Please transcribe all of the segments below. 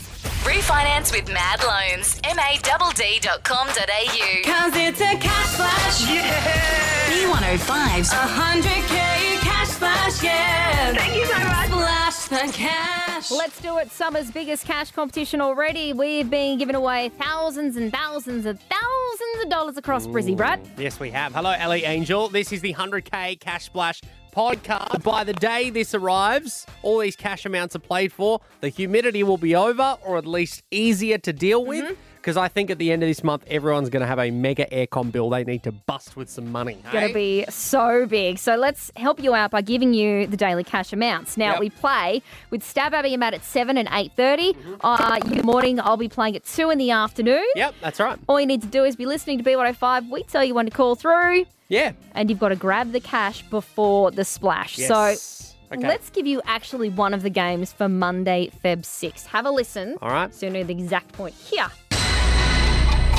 Through finance with Mad Loans. MADD.com.au. Cause it's a cash flash. E oh Yeah! B105's A hundred K cash flash, yeah. Thank you so much. Flash the cash. Let's do it. Summer's biggest cash competition already. We've been giving away thousands and thousands and thousands of dollars across Brizzy, right? Yes, we have. Hello, Ellie Angel. This is the 100K Cash Splash podcast. By the day this arrives, all these cash amounts are played for. The humidity will be over, or at least easier to deal with. Mm-hmm. Because I think at the end of this month, everyone's going to have a mega aircon bill they need to bust with some money. Going eh? to be so big. So let's help you out by giving you the daily cash amounts. Now Yep. we play with Stab Abby and Matt at seven and eight Uh, in the morning, I'll be playing at two in the afternoon. Mm-hmm. Yep, that's right. All you need to do is be listening to B105. We tell you when to call through, Yeah. and you've got to grab the cash before the splash. So Yes. Okay. Let's give you actually one of the games for Monday, Feb 6. Have a listen. All right. So you know the exact point here.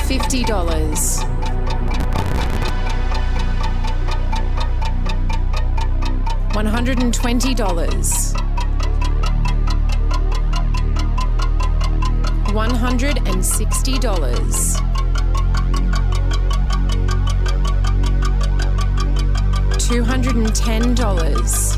Fifty dollars. One hundred and twenty dollars. One hundred and sixty dollars. Two hundred and ten dollars.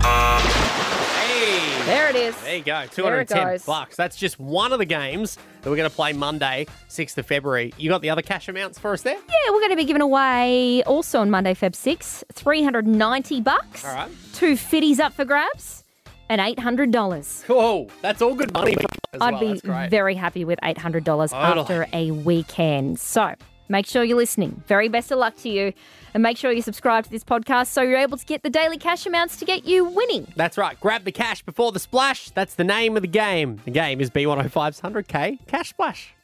Hey. There it is. There you go, two There hundred it ten goes. bucks. That's just one of the games that we're going to play Monday, sixth of February. You got the other cash amounts for us there? Yeah, we're going to be giving away also on Monday, Feb 6, 390 bucks. All right. Two fitties up for grabs and $800. Cool. Oh, That's all good money. As I'd well. be That's great. very happy with $800 Totally. after a weekend. So make sure you're listening. Very best of luck to you. And make sure you subscribe to this podcast so you're able to get the daily cash amounts to get you winning. That's right. Grab oh the cash before the splash. That's the name of the game. The game is B105's 100K Cash Splash.